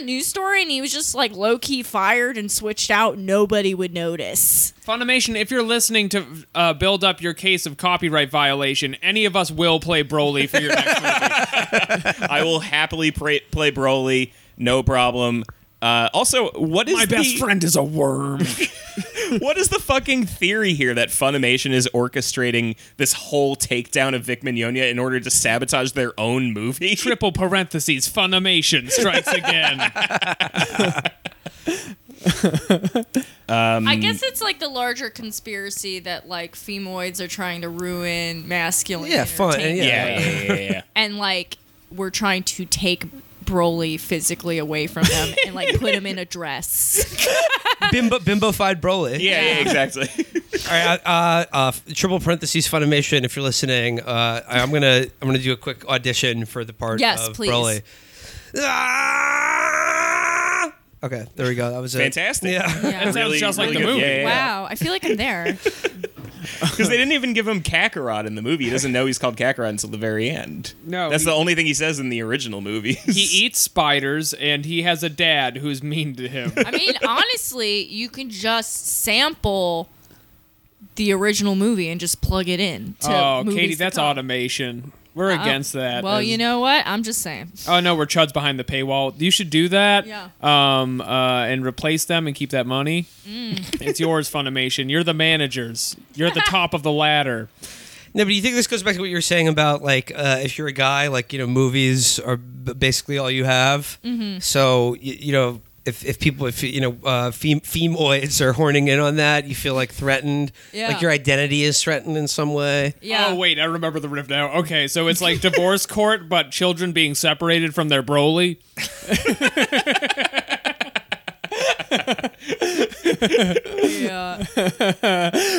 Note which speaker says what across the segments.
Speaker 1: a news story and he was just like low key fired and switched out, nobody would notice.
Speaker 2: Funimation, if you're listening to uh, build up your case of copyright violation, any of us will play Broly for your next movie.
Speaker 3: I will happily play, play Broly, no problem. Uh, also, what is
Speaker 4: My
Speaker 3: the,
Speaker 4: best friend is a worm.
Speaker 3: What is the fucking theory here that Funimation is orchestrating this whole takedown of Vic Mignogna in order to sabotage their own movie?
Speaker 2: Triple parentheses, Funimation strikes again.
Speaker 1: I guess it's like the larger conspiracy that like femoids are trying to ruin masculine.
Speaker 5: Yeah, fun.
Speaker 1: entertainment.
Speaker 3: yeah, yeah, yeah, yeah, yeah.
Speaker 1: and like we're trying to take Broly physically away from them and like put him in a dress.
Speaker 5: Bimbo, bimbofied Broly.
Speaker 3: Yeah, yeah, exactly.
Speaker 5: All right. Uh, uh, triple parentheses Funimation. If you're listening, uh, I'm gonna I'm gonna do a quick audition for the part.
Speaker 1: Yes,
Speaker 5: of
Speaker 1: please.
Speaker 5: Broly. Ah! Okay, there we go. That was it.
Speaker 3: Fantastic.
Speaker 5: Yeah.
Speaker 1: Yeah.
Speaker 2: sounds just like the
Speaker 3: good.
Speaker 2: movie.
Speaker 3: Yeah, yeah,
Speaker 1: Wow, I feel like I'm there.
Speaker 3: Because they didn't even give him Kakarot in the movie. He doesn't know he's called Kakarot until the very end.
Speaker 2: No,
Speaker 3: That's
Speaker 2: he-
Speaker 3: the only thing he says in the original movie.
Speaker 2: He eats spiders and he has a dad who's mean to him.
Speaker 1: I mean, honestly, you can just sample the original movie and just plug it in. To
Speaker 2: Oh,
Speaker 1: movies
Speaker 2: Katie,
Speaker 1: to
Speaker 2: that's
Speaker 1: come.
Speaker 2: automation. We're
Speaker 1: Uh,
Speaker 2: against that.
Speaker 1: Well,
Speaker 2: As-
Speaker 1: you know what? I'm just saying.
Speaker 2: Oh no, we're chuds behind the paywall. You should do that.
Speaker 1: Yeah.
Speaker 2: Um. Uh. And replace them and keep that money.
Speaker 1: Mm.
Speaker 2: It's yours, Funimation. You're the managers. You're at the top of the ladder.
Speaker 5: No, but you think this goes back to what you were saying about like uh, if you're a guy, like you know, movies are b- basically all you have.
Speaker 1: Mm-hmm.
Speaker 5: So you, you know, if, if people, if you know, uh, fem- femoids are horning in on that, you feel like threatened.
Speaker 1: Yeah.
Speaker 5: Like your identity is threatened in some way.
Speaker 1: Yeah.
Speaker 2: Oh wait, I remember the riff now. Okay, so it's like divorce court, but children being separated from their Broly.
Speaker 1: Yeah.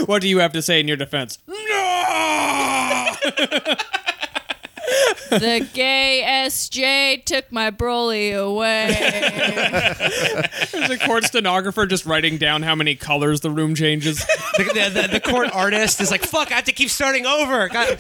Speaker 2: What do you have to say in your defense?
Speaker 1: the gay SJ took my Broly away.
Speaker 2: There's a court stenographer just writing down how many colors the room changes.
Speaker 5: the, the, the, the court artist is like, "Fuck, I have to keep starting over." God.